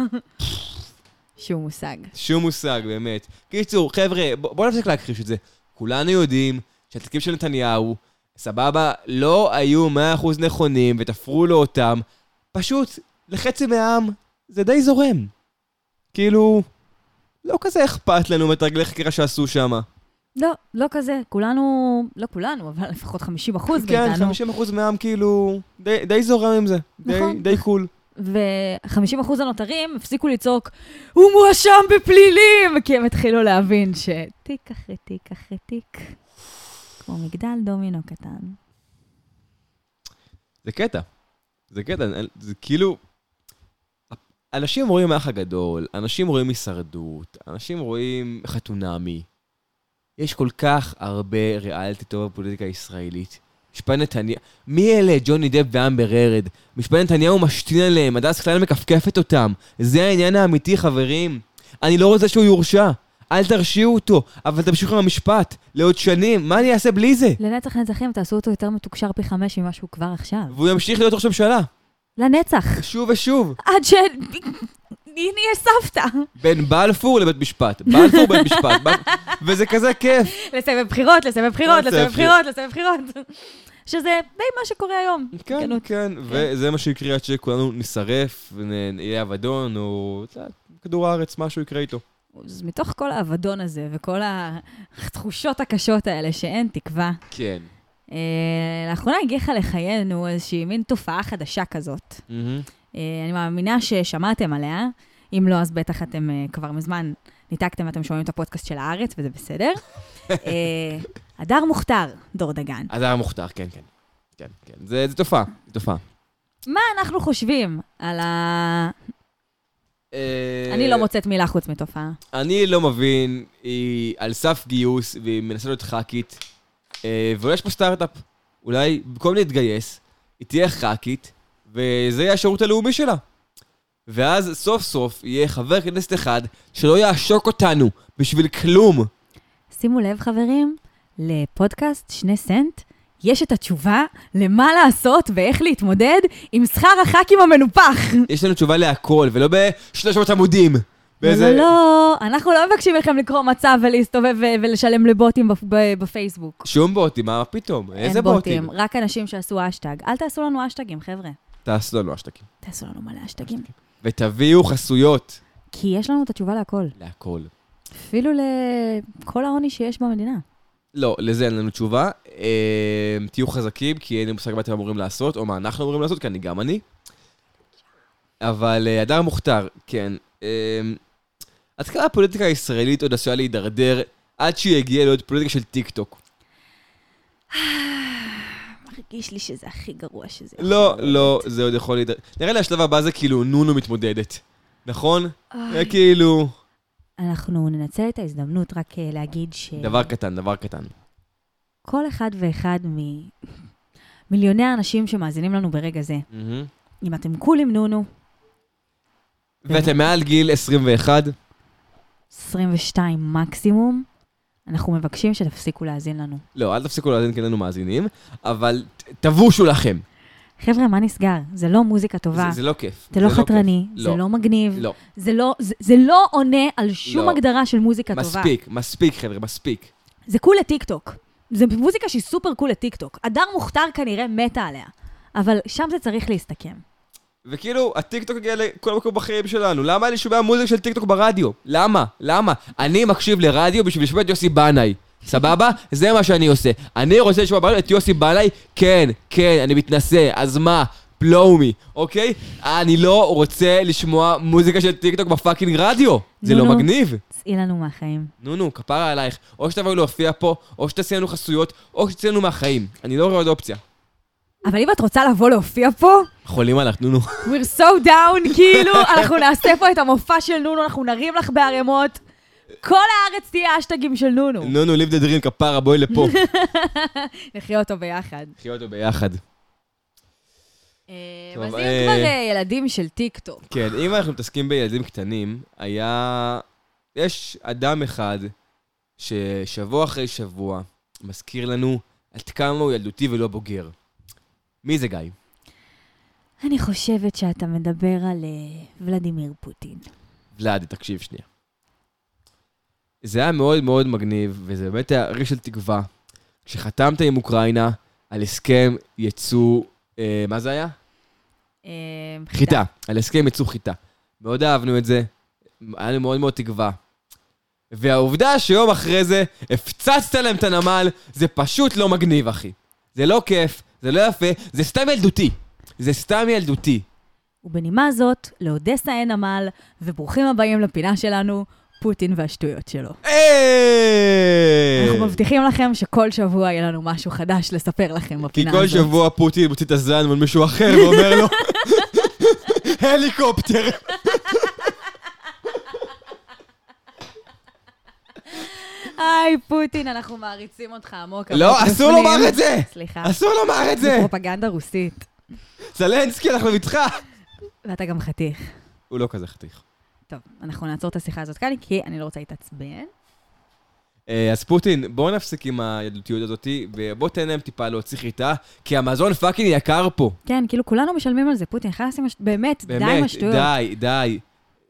שום מושג. שום מושג, באמת. קיצור, חבר'ה, ב- בואו נפסיק להכחיש את זה. כולנו יודעים שהתיקים של נתניהו, סבבה, לא היו 100% נכונים ותפרו לו אותם. פשוט, לחצי מהעם, זה די זורם. כאילו, לא כזה אכפת לנו מתרגלי חקירה שעשו שם. לא, לא כזה. כולנו, לא כולנו, אבל לפחות 50 אחוז כן, מאיתנו. 50% מהעם כאילו, די, די זורם עם זה. נכון. די, די קול. ו-50 אחוז הנותרים הפסיקו לצעוק, הוא מואשם בפלילים! כי הם התחילו להבין שתיק אחרי תיק אחרי תיק, כמו מגדל דומינו קטן. זה קטע. זה קטע, זה כאילו... אנשים רואים האח הגדול, אנשים רואים הישרדות, אנשים רואים חתונמי. יש כל כך הרבה ריאליטי טוב בפוליטיקה הישראלית. משפט נתניהו, מי אלה? ג'וני דב ואמבר ארד. משפט נתניהו משתין עליהם, הדס קליין מכפכפת אותם. זה העניין האמיתי, חברים. אני לא רוצה שהוא יורשע. אל תרשיעו אותו, אבל תמשיכו עם המשפט. לעוד שנים, מה אני אעשה בלי זה? לנצח נצחים תעשו אותו יותר מתוקשר פי חמש ממה שהוא כבר עכשיו. והוא ימשיך להיות ראש ממשלה. לנצח, שוב ושוב. עד ש... נהיה סבתא. בין בלפור לבית משפט. בלפור בית משפט. בל... וזה כזה כיף. לסבב בחירות, לסבב בחירות, לסבב לסבב בחירות, לסבב בחירות. שזה די מה שקורה היום. כן, בכנות. כן, וזה מה שיקרה עד שכולנו נישרף, נהיה אבדון, או אתה יודע, כדור הארץ, משהו יקרה איתו. אז מתוך כל האבדון הזה וכל התחושות הקשות האלה שאין תקווה, כן. אה, לאחרונה הגיחה לחיינו איזושהי מין תופעה חדשה כזאת. אה, אני מאמינה ששמעתם עליה. אם לא, אז בטח אתם אה, כבר מזמן ניתקתם ואתם שומעים את הפודקאסט של הארץ, וזה בסדר. אה, הדר מוכתר, דור דגן. אז היה מוכתר, כן, כן. כן, כן. זה, זה תופעה, זה תופעה. מה אנחנו חושבים על ה... אה, אני לא מוצאת מילה חוץ מתופעה. אני לא מבין, היא על סף גיוס, והיא מנסה להיות ח"כית, אה, ואולי יש פה סטארט-אפ. אולי במקום להתגייס, היא תהיה ח"כית, וזה יהיה השירות הלאומי שלה. ואז סוף סוף יהיה חבר כנסת אחד שלא יעשוק אותנו בשביל כלום. שימו לב, חברים, לפודקאסט שני סנט יש את התשובה למה לעשות ואיך להתמודד עם שכר הח"כים המנופח. יש לנו תשובה להכל, ולא ב-300 עמודים. לא, לא, לא, אנחנו לא מבקשים מכם לקרוא מצע ולהסתובב ו- ולשלם לבוטים בפ- ב- בפייסבוק. שום בוטים, מה פתאום? איזה אין בוטים? רק אנשים שעשו אשטג. אל תעשו לנו אשטגים, חבר'ה. תעשו לנו אשתקים. תעשו לנו מלא אשטגים. ותביאו חסויות כי יש לנו את התשובה להכל. להכל. אפילו לכל העוני שיש במדינה. לא, לזה אין לנו תשובה. אה, תהיו חזקים, כי אין לי מושג מה אתם אמורים לעשות, או מה אנחנו אמורים לעשות, כי אני גם אני. אבל אה, הדר מוכתר, כן. אה, עד כמה הפוליטיקה הישראלית עוד עשויה להידרדר עד שהיא הגיעה להיות פוליטיקה של טיקטוק? אה, מרגיש לי שזה הכי גרוע שזה. לא, לא, זה עוד יכול להידרדר. נראה לי השלב הבא זה כאילו נונו מתמודדת, נכון? אה. זה כאילו... אנחנו ננצל את ההזדמנות רק אה, להגיד ש... דבר קטן, דבר קטן. כל אחד ואחד ממיליוני האנשים שמאזינים לנו ברגע זה, אם אתם כולים נונו, ואתם מעל גיל 21, 22 מקסימום, אנחנו מבקשים שתפסיקו להאזין לנו. לא, אל תפסיקו להאזין כי אין לנו מאזינים, אבל ת- תבושו לכם. חבר'ה, מה נסגר? זה לא מוזיקה טובה, זה- זה לא כיף. זה לא כיף. חתרני, זה לא מגניב, לא. זה לא- זה- זה לא עונה על שום לא. הגדרה של מוזיקה טובה. מספיק, מספיק, חבר'ה, מספיק. זה קול לטיקטוק. זה מוזיקה שהיא סופר קול לטיקטוק. הדר מוכתר כנראה מתה עליה, אבל שם זה צריך להסתכם. וכאילו, הטיקטוק הגיע לכל מקום בחיים שלנו. למה אני שומע מוזיקה של טיקטוק ברדיו? למה? למה? אני מקשיב לרדיו בשביל לשמוע את יוסי בנאי. סבבה? זה מה שאני עושה. אני רוצה לשמוע ברדיו את יוסי בנאי? כן, כן, אני מתנשא, אז מה? blow me, אוקיי? אני לא רוצה לשמוע מוזיקה של טיקטוק בפאקינג רדיו. זה נו, לא נו. מגניב. צאי לנו מהחיים. נו נו, כפרה עלייך. או שתבואי להופיע פה, או שתעשי לנו חסויות, או שתצאי לנו מהחיים. אני לא רואה עוד אופציה. אבל אם את רוצה לבוא להופיע פה, חולים עליך, נו נו. we're so down, כאילו, אנחנו נעשה פה את המופע של נונו, אנחנו נרים לך בערימות. כל הארץ תהיה אשטגים של נונו. נו נו, ליב דה דרים, כפרה, בואי לפה. נחיה אותו ביחד. נחיה אותו ביחד. טוב, אז אם אה, כבר אה, ילדים של טיקטוק. כן, אם אנחנו מתעסקים בילדים קטנים, היה... יש אדם אחד ששבוע אחרי שבוע מזכיר לנו עד כמה הוא ילדותי ולא בוגר. מי זה גיא? אני חושבת שאתה מדבר על אה, ולדימיר פוטין. ולאד, תקשיב שנייה. זה היה מאוד מאוד מגניב, וזה באמת היה ריש של תקווה. כשחתמת עם אוקראינה על הסכם יצוא... אה, מה זה היה? אה, חיטה. על הסכם יצוא חיטה. מאוד אהבנו את זה, היה לנו מאוד מאוד תקווה. והעובדה שיום אחרי זה הפצצת להם את הנמל, זה פשוט לא מגניב, אחי. זה לא כיף, זה לא יפה, זה סתם ילדותי. זה סתם ילדותי. ובנימה זאת, לאודסה אין עמל, וברוכים הבאים לפינה שלנו, פוטין והשטויות שלו. אה! אנחנו מבטיחים לכם שכל שבוע יהיה לנו משהו חדש לספר לכם כי בפינה הזאת. כל שבוע פוטין מוציא את הזין מול מישהו אחר ואומר לו, הליקופטר. היי, פוטין, אנחנו מעריצים אותך עמוק. עמוק לא, אסור בפנים. לומר את זה! סליחה, אסור לומר את זו זה! פרופגנדה רוסית, זלנסקי, אנחנו איתך! ואתה גם חתיך. הוא לא כזה חתיך. טוב, אנחנו נעצור את השיחה הזאת כאן, כי אני לא רוצה להתעצבן. אה, אז פוטין, בוא נפסיק עם הילדותיות הזאתי, ובוא תן להם טיפה להוציא חיטה, כי המזון פאקינג יקר פה. כן, כאילו כולנו משלמים על זה, פוטין, חלאס עם השטויות. באמת, די עם באמת, השטויות. די, די.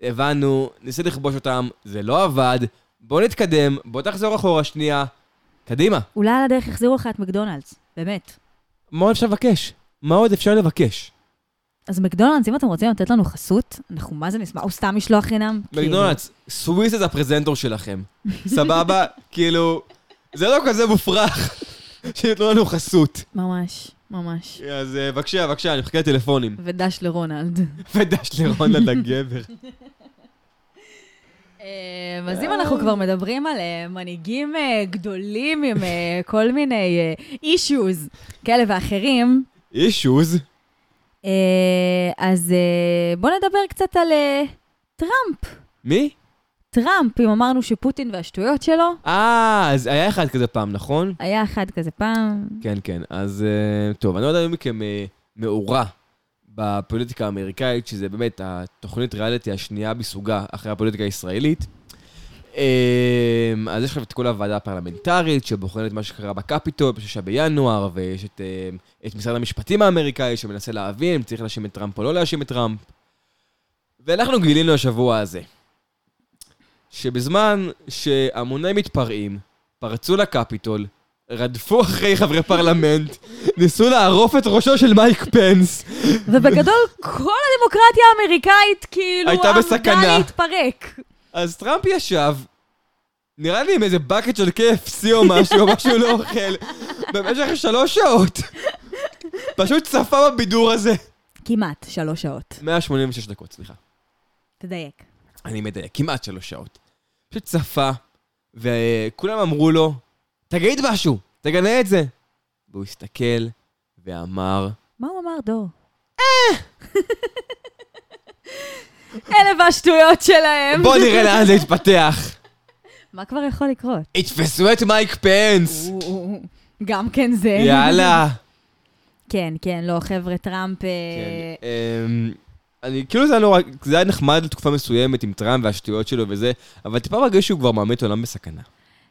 הבנו, ניסה לכבוש אותם, זה לא עבד, בוא נתקדם, בוא תחזור אחורה שנייה. קדימה, אולי על הדרך יחזירו לך את מקדונלדס, באמת. מה עוד אפשר לבקש? מה עוד אפשר לבקש? אז מקדונלדס, אם אתם רוצים לתת לנו חסות, אנחנו מה זה נשמע, או סתם משלוח חינם. מקדונלדס, סוויס זה הפרזנטור שלכם. סבבה? כאילו, זה לא כזה מופרך שייתנו לנו חסות. כאילו, ממש, ממש. אז אה, בבקשה, בבקשה, אני מחכה לטלפונים. ודש לרונלד. ודש לרונלד הגבר. אמ, אז אם אנחנו כבר מדברים על אה, מנהיגים אה, גדולים עם אה, כל מיני אישוז כאלה ואחרים, אישוז. אה, אז אה, בואו נדבר קצת על אה, טראמפ. מי? טראמפ, אם אמרנו שפוטין והשטויות שלו, אה, אז היה אחד כזה פעם, נכון? היה אחד כזה פעם. כן, כן. אז אה, טוב, אני לא יודע אם מכם אה, מעורה בפוליטיקה האמריקאית, שזה באמת התוכנית ריאליטי השנייה בסוגה אחרי הפוליטיקה הישראלית. אה, אז יש לכם את כל הוועדה הפרלמנטרית שבוחנת מה שקרה בקפיטול ב-6 בינואר, ויש את, אה, את משרד המשפטים האמריקאי שמנסה להבין אם צריך להאשים את טראמפ או לא להאשים את טראמפ. ואנחנו גילינו השבוע הזה, שבזמן שהמוני מתפרעים פרצו לקפיטול, רדפו אחרי חברי פרלמנט, ניסו לערוף את ראשו של מייק פנס, ובגדול, כל הדמוקרטיה האמריקאית כאילו הייתה בסכנה. עמדה להתפרק. אז טראמפ ישב, נראה לי עם איזה bucket של KFC או משהו, או משהו לא אוכל, במשך שלוש שעות. פשוט צפה בבידור הזה. כמעט שלוש שעות. 186 דקות, סליחה. תדייק. אני מדייק, כמעט שלוש שעות. פשוט צפה, וכולם אמרו לו, תגיד משהו, תגנה את זה. והוא הסתכל ואמר, מה הוא אמר, דור? אה! אלה והשטויות שלהם. בוא נראה לאן זה יתפתח. מה כבר יכול לקרות? יתפסו את מייק פנס! גם כן זה. יאללה. כן, כן, לא, חבר'ה, טראמפ... אה, כן, אמ, אני, כאילו זה היה נורא, זה היה נחמד לתקופה מסוימת עם טראמפ והשטויות שלו וזה, אבל טיפה מרגיש שהוא כבר מעמיד את העולם בסכנה.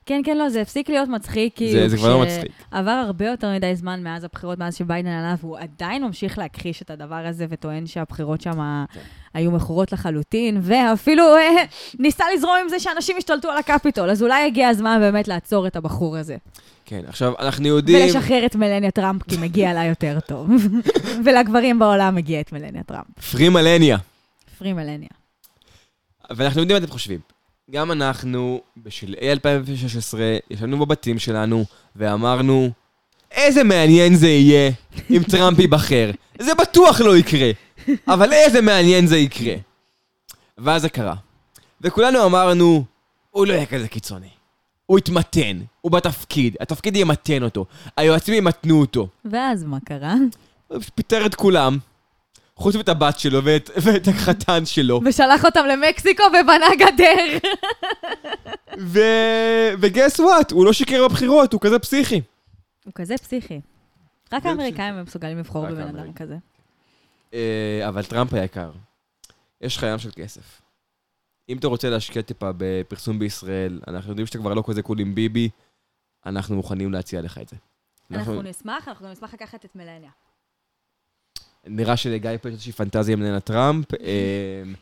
כן, כן, לא, זה הפסיק להיות מצחיק, כאילו... זה כבר לא מצחיק. עבר הרבה יותר מדי זמן מאז הבחירות, מאז שביידן עלה, והוא עדיין ממשיך להכחיש את הדבר הזה, וטוען שהבחירות שם כן. היו מכורות לחלוטין, ואפילו אה, ניסה לזרום עם זה שאנשים השתלטו על הקפיטול, אז אולי הגיע הזמן באמת לעצור את הבחור הזה. כן, עכשיו, אנחנו יודעים... ולשחרר את מלניה טראמפ, כי מגיע לה יותר טוב. ולגברים בעולם מגיע את מלניה טראמפ. פרי מלניה. פרי מלניה. ואנחנו יודעים מה אתם חושבים. גם אנחנו, בשלהי 2016, ישבנו בבתים שלנו ואמרנו, איזה מעניין זה יהיה אם טראמפ ייבחר. זה בטוח לא יקרה, אבל איזה מעניין זה יקרה. ואז זה קרה. וכולנו אמרנו, הוא לא יהיה כזה קיצוני. הוא יתמתן, הוא בתפקיד, התפקיד ימתן אותו, היועצים ימתנו אותו. ואז מה קרה? הוא פיטר את כולם, חוץ מאת הבת שלו ואת, ואת החתן שלו. ושלח אותם למקסיקו ובנה גדר. ו... וגס וואט, הוא לא שיקר בבחירות, הוא כזה פסיכי. הוא כזה פסיכי. רק זה האמריקאים הם מסוגלים לבחור רק בבן אדם האמריקאים. כזה. אה, אבל טראמפ היה יקר. יש לך ים של כסף. אם אתה רוצה להשקיע טיפה בפרסום בישראל, אנחנו יודעים שאתה כבר לא כזה קול עם ביבי, אנחנו מוכנים להציע לך את זה. נכון. אנחנו נשמח, אנחנו גם נשמח לקחת את מלניה. נראה שלגיא פה יש איזושהי פנטזיה עם ננה טראמפ. אה,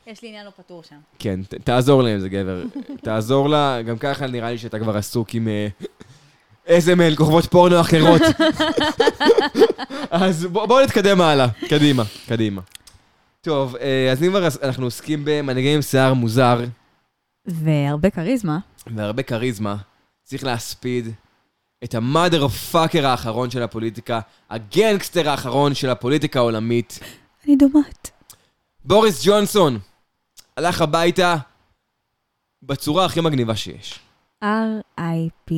יש לי עניין לא פתור שם. כן, ת- תעזור להם, זה גבר. תעזור לה, גם ככה נראה לי שאתה כבר עסוק עם אה, איזה מהם כוכבות פורנו אחרות. אז בוא- בואו נתקדם הלאה. קדימה, קדימה. טוב, אה, אז אם כבר עס- אנחנו עוסקים במנהיגים עם שיער מוזר והרבה כריזמה. והרבה כריזמה, צריך להספיד את המאדר פאקר האחרון של הפוליטיקה, הגנגסטר האחרון של הפוליטיקה העולמית. אני דומעת. בוריס ג'ונסון הלך הביתה בצורה הכי מגניבה שיש. R.I.P.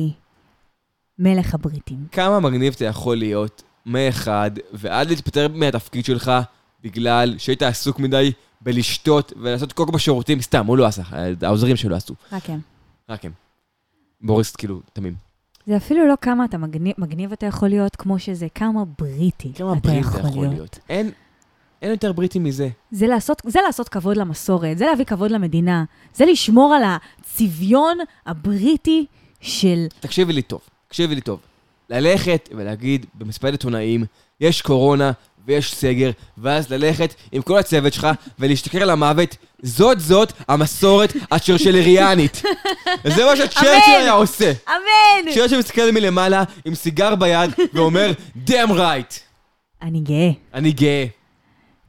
מלך הבריטים. כמה מגניב אתה יכול להיות מאחד ועד להתפטר מהתפקיד שלך בגלל שהיית עסוק מדי בלשתות ולעשות קוק בשירותים, סתם, הוא לא עשה, העוזרים שלו עשו, רק הם. רק הם. בוריס כאילו תמים. זה אפילו לא כמה אתה מגניב, מגניב אתה יכול להיות, כמו שזה כמה בריטי כמה אתה בריטי יכול להיות. אין, אין יותר בריטי מזה. זה לעשות, זה לעשות כבוד למסורת, זה להביא כבוד למדינה, זה לשמור על הצביון הבריטי של... תקשיבי לי טוב, תקשיבי לי טוב. ללכת ולהגיד במספד עיתונאים, יש קורונה ויש סגר, ואז ללכת עם כל הצוות שלך ולהשתכר למוות, זאת זאת המסורת הצ'רצ'לריאנית. זה מה שצ'רצ'ל אמן. היה עושה. אמן! צ'רצ'ל מסתכל מלמעלה עם סיגר ביד ואומר, damn right, אני גאה. אני גאה.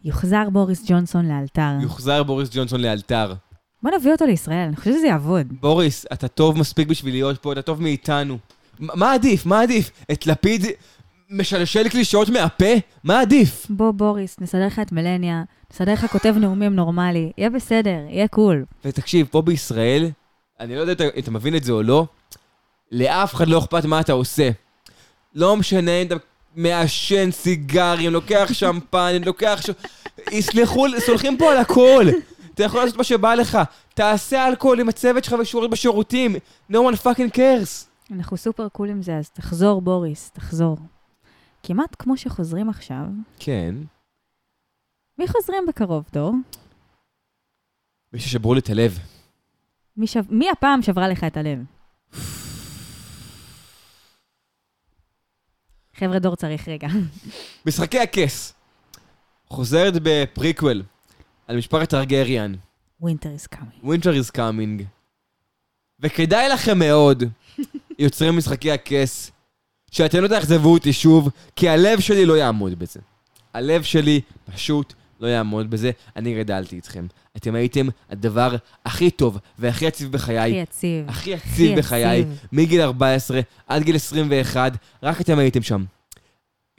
יוחזר בוריס ג'ונסון לאלתר. יוחזר בוריס ג'ונסון לאלתר. בוא נביא אותו לישראל, אני חושבת שזה יעבוד. בוריס, אתה טוב מספיק בשביל להיות פה, אתה טוב מאיתנו. מה מה עדיף? מה עדיף? את לפיד משלשל קלישאות מהפה? מה עדיף? בוא, בוריס, נסדר לך את מלניה, נסדר לך כותב נאומים נורמלי, יהיה בסדר, יהיה קול. ותקשיב, פה בישראל, אני לא יודע אם אתה- אתה מבין את זה או לא, לאף אחד לא אכפת מה אתה עושה. לא משנה אם אתה מעשן סיגרים, לוקח שמפן, לוקח ש... יסלחו, סולחים פה על הכל. אתה יכול לעשות מה שבא לך. תעשה אלכוהול עם הצוות שלך ושיעורים בשירותים. No one fucking cares. אנחנו סופר קול עם זה, אז תחזור, בוריס, תחזור. כמעט כמו שחוזרים עכשיו, כן. מי חוזרים בקרוב, דור? מי ששברו לי את הלב. מי, שב... מי הפעם שברה לך את הלב? חבר'ה, דור צריך רגע. משחקי הכס. חוזרת בפריקוול על משפחת טרגריאן. ווינטר איז קאמי. Winter is coming. וכדאי לכם מאוד, יוצרי משחקי הכס, שאתם לא תאכזבו אותי שוב, כי הלב שלי לא יעמוד בזה. הלב שלי פשוט לא יעמוד בזה. אני גדלתי איתכם. אתם הייתם הדבר הכי טוב והכי יציב הכי בחיי. יציב. הכי הכי יציב בחיי, יציב. מגיל 14 עד גיל 21, רק אתם הייתם שם.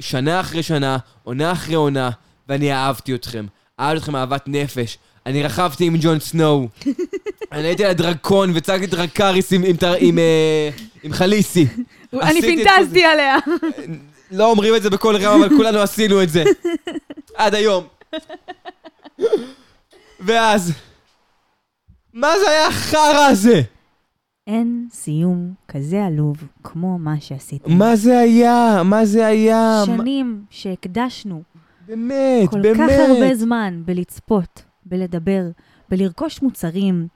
שנה אחרי שנה, עונה אחרי עונה, ואני אהבתי אתכם. אהבתי אתכם אהבת נפש. אני רכבתי עם ג'ון סנואו. אני הייתי על הדרקון וצעקתי דרקריס עם, עם, טר- עם, אה, עם חליסי. אני עשיתי את פינטזתי עליה. לא אומרים את זה בקול רם, אבל כולנו עשינו את זה. עד היום. ואז, מה זה היה החרא הזה? אין סיום כזה עלוב כמו מה שעשיתם. מה זה היה? מה זה היה? מה- שנים שהקדשנו באמת, כל באמת. כך הרבה זמן בלצפות, בלדבר, בלרכוש מוצרים,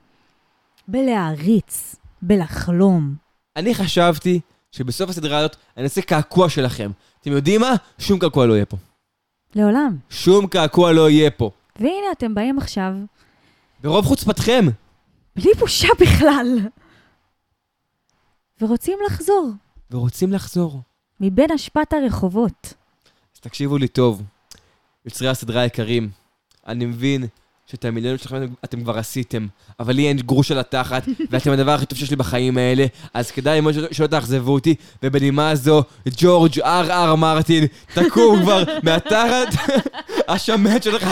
בלהעריץ, בלחלום. אני חשבתי שבסוף הסדרה הזאת אני אעשה קעקוע שלכם. אתם יודעים מה? שום קעקוע לא יהיה פה. לעולם. שום קעקוע לא יהיה פה. והנה אתם באים עכשיו, ברוב חוצפתכם. בלי בושה בכלל, ורוצים לחזור ורוצים לחזור. מבין אשפת הרחובות. אז תקשיבו לי טוב, יוצרי הסדרה היקרים. אני מבין שאת המיליונים שלכם אתם כבר עשיתם, אבל לי אין גרוש על התחת, ואתם הדבר הכי טוב שיש לי בחיים האלה, אז כדאי מאוד שלא- שלא תאכזבו אותי, ובנימה זו, ג'ורג' אר אר מרטין, תקום כבר מהתחת השמט שלך,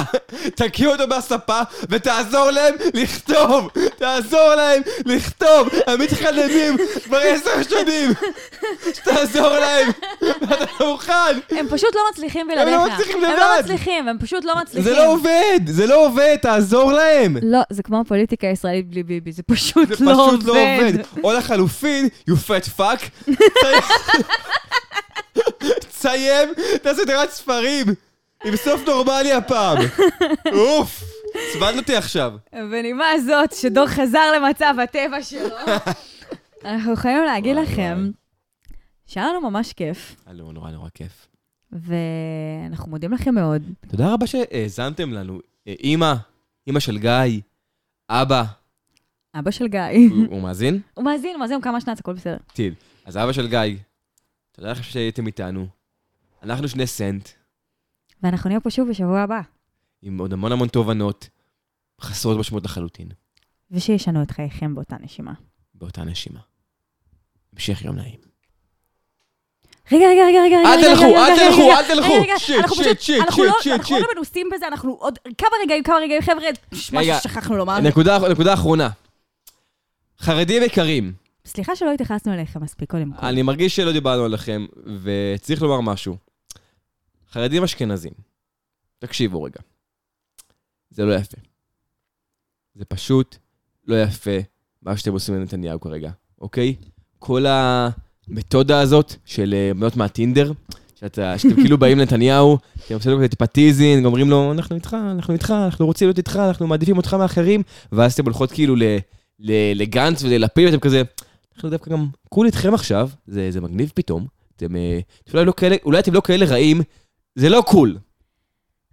תקיא אותו מהספה, ותעזור להם לכתוב! תעזור להם לכתוב! המתחננים כבר עשר שנים! שתעזור להם! אתה לא מוכן! הם פשוט לא מצליחים לא בלעדיך. מצליחים הם לבד. לא מצליחים, הם פשוט לא מצליחים. זה לא עובד, זה לא עובד, תעזור להם. לא, זה כמו הפוליטיקה הישראלית בלי ביבי, זה פשוט זה לא פשוט לא עובד. או לחלופין, you fat fuck. תסיים את הסדרת ספרים. עם סוף נורמלי הפעם. אוף, עצבנת אותי עכשיו. בנימה הזאת, שדור חזר למצב הטבע שלו, אנחנו יכולים להגיד וואי, לכם וואי. שהיה לנו ממש כיף, היה לנו אה, לא, נורא נורא כיף. ואנחנו מודים לכם מאוד. תודה רבה שהאזנתם לנו. אה, אימא, אימא של גיא, אבא, אבא של גיא. הוא הוא מאזין? הוא מאזין, הוא מאזין הוא כמה שנות, הכל בסדר. טיל. אז אבא של גיא, תודה לכם שהייתם איתנו. אנחנו שני סנט. ואנחנו נהיה פה שוב בשבוע הבא, עם עוד המון המון תובנות, חסרות משמעות לחלוטין, ושישנו את חייכם באותה נשימה. באותה נשימה. המשך יום נעים. רגע, רגע, רגע, רגע, רגע, אל רגע, תלכו, רגע, אל רגע, תלכו, רגע, אל רגע, תלכו. רגע, שיט, אנחנו שיט, פשוט- שיט, אנחנו שיט, לא- שיט, אנחנו שיט. לא מנוסים בזה, אנחנו עוד כמה רגעים, כמה רגעים, חבר'ה, ש- משהו רגע, ששכחנו לומר. אה. נקודה נקודה אחרונה. חרדים יקרים, סליחה שלא התייחסנו אליכם מספיק קודם כל. אני מרגיש שלא דיברנו עליכם, וצריך לומר משהו. חרדים אשכנזים, תקשיבו רגע. זה לא יפה. זה פשוט לא יפה מה שאתם עושים לנתניהו כרגע, אוקיי? כל המתודה הזאת של אה, בנות מהטינדר, שאתה, שאתם כאילו באים לנתניהו, אתם עושים לו את פטיזין, אומרים לו, אנחנו איתך, אנחנו איתך, אנחנו רוצים להיות איתך, אנחנו מעדיפים אותך מאחרים, ואז אתם הולכות כאילו ל- ל- לגנץ וללפיד, ואתם כזה, אנחנו דווקא גם כול איתכם עכשיו, זה, זה מגניב פתאום. אתם, אה, אולי, לא כאלה, אולי אתם לא כאלה רעים, זה לא קול.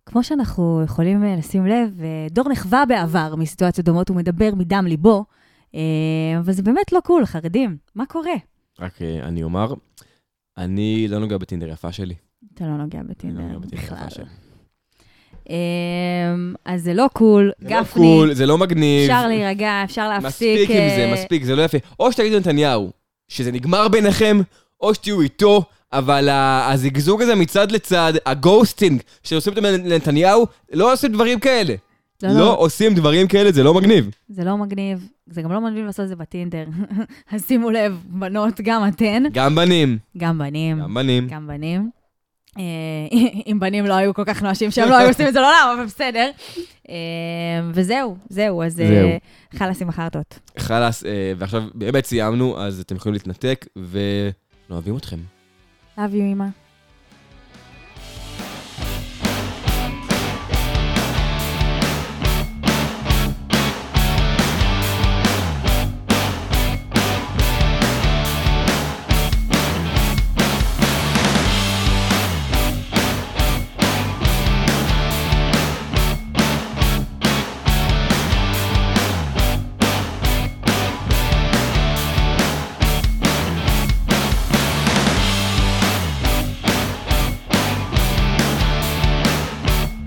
כמו שאנחנו יכולים אה, לשים לב, אה, דור נחווה בעבר מסיטואציות דומות, הוא מדבר מדם ליבו, אה, אבל זה באמת לא קול, חרדים, מה קורה? רק אה, אני אומר, אני לא נוגע בטינדר יפה שלי. אתה לא נוגע אני לא בטינדר נוגע בטינדר יפה בכלל. שלי. אה, אז זה לא קול, זה לא גפני, קול, זה לא מגניב. אפשר להירגע, אפשר להפסיק. מספיק עם אה, זה, מספיק, זה לא יפה. או שתגידו לנתניהו שזה נגמר ביניכם, או שתהיו איתו, אבל ה- הזיגזוג הזה מצד לצד, הגוסטינג שעושים אותו לנתניהו, לא עושים דברים כאלה. לא, לא לא, עושים דברים כאלה, זה לא מגניב. זה לא מגניב, זה גם לא מגניב לעשות את זה בטינדר. אז שימו לב, בנות, גם אתן, גם בנים, גם בנים, גם בנים. גם בנים. אה, אם בנים לא היו כל כך נואשים שהם לא היו עושים את זה לעולם, אבל בסדר. אה, וזהו, זהו, אז אה, זהו. חלאס עם החרטות. חלאס, אה, ועכשיו באמת סיימנו, אז אתם יכולים להתנתק, ואוהבים לא אתכם. Love you, אמא.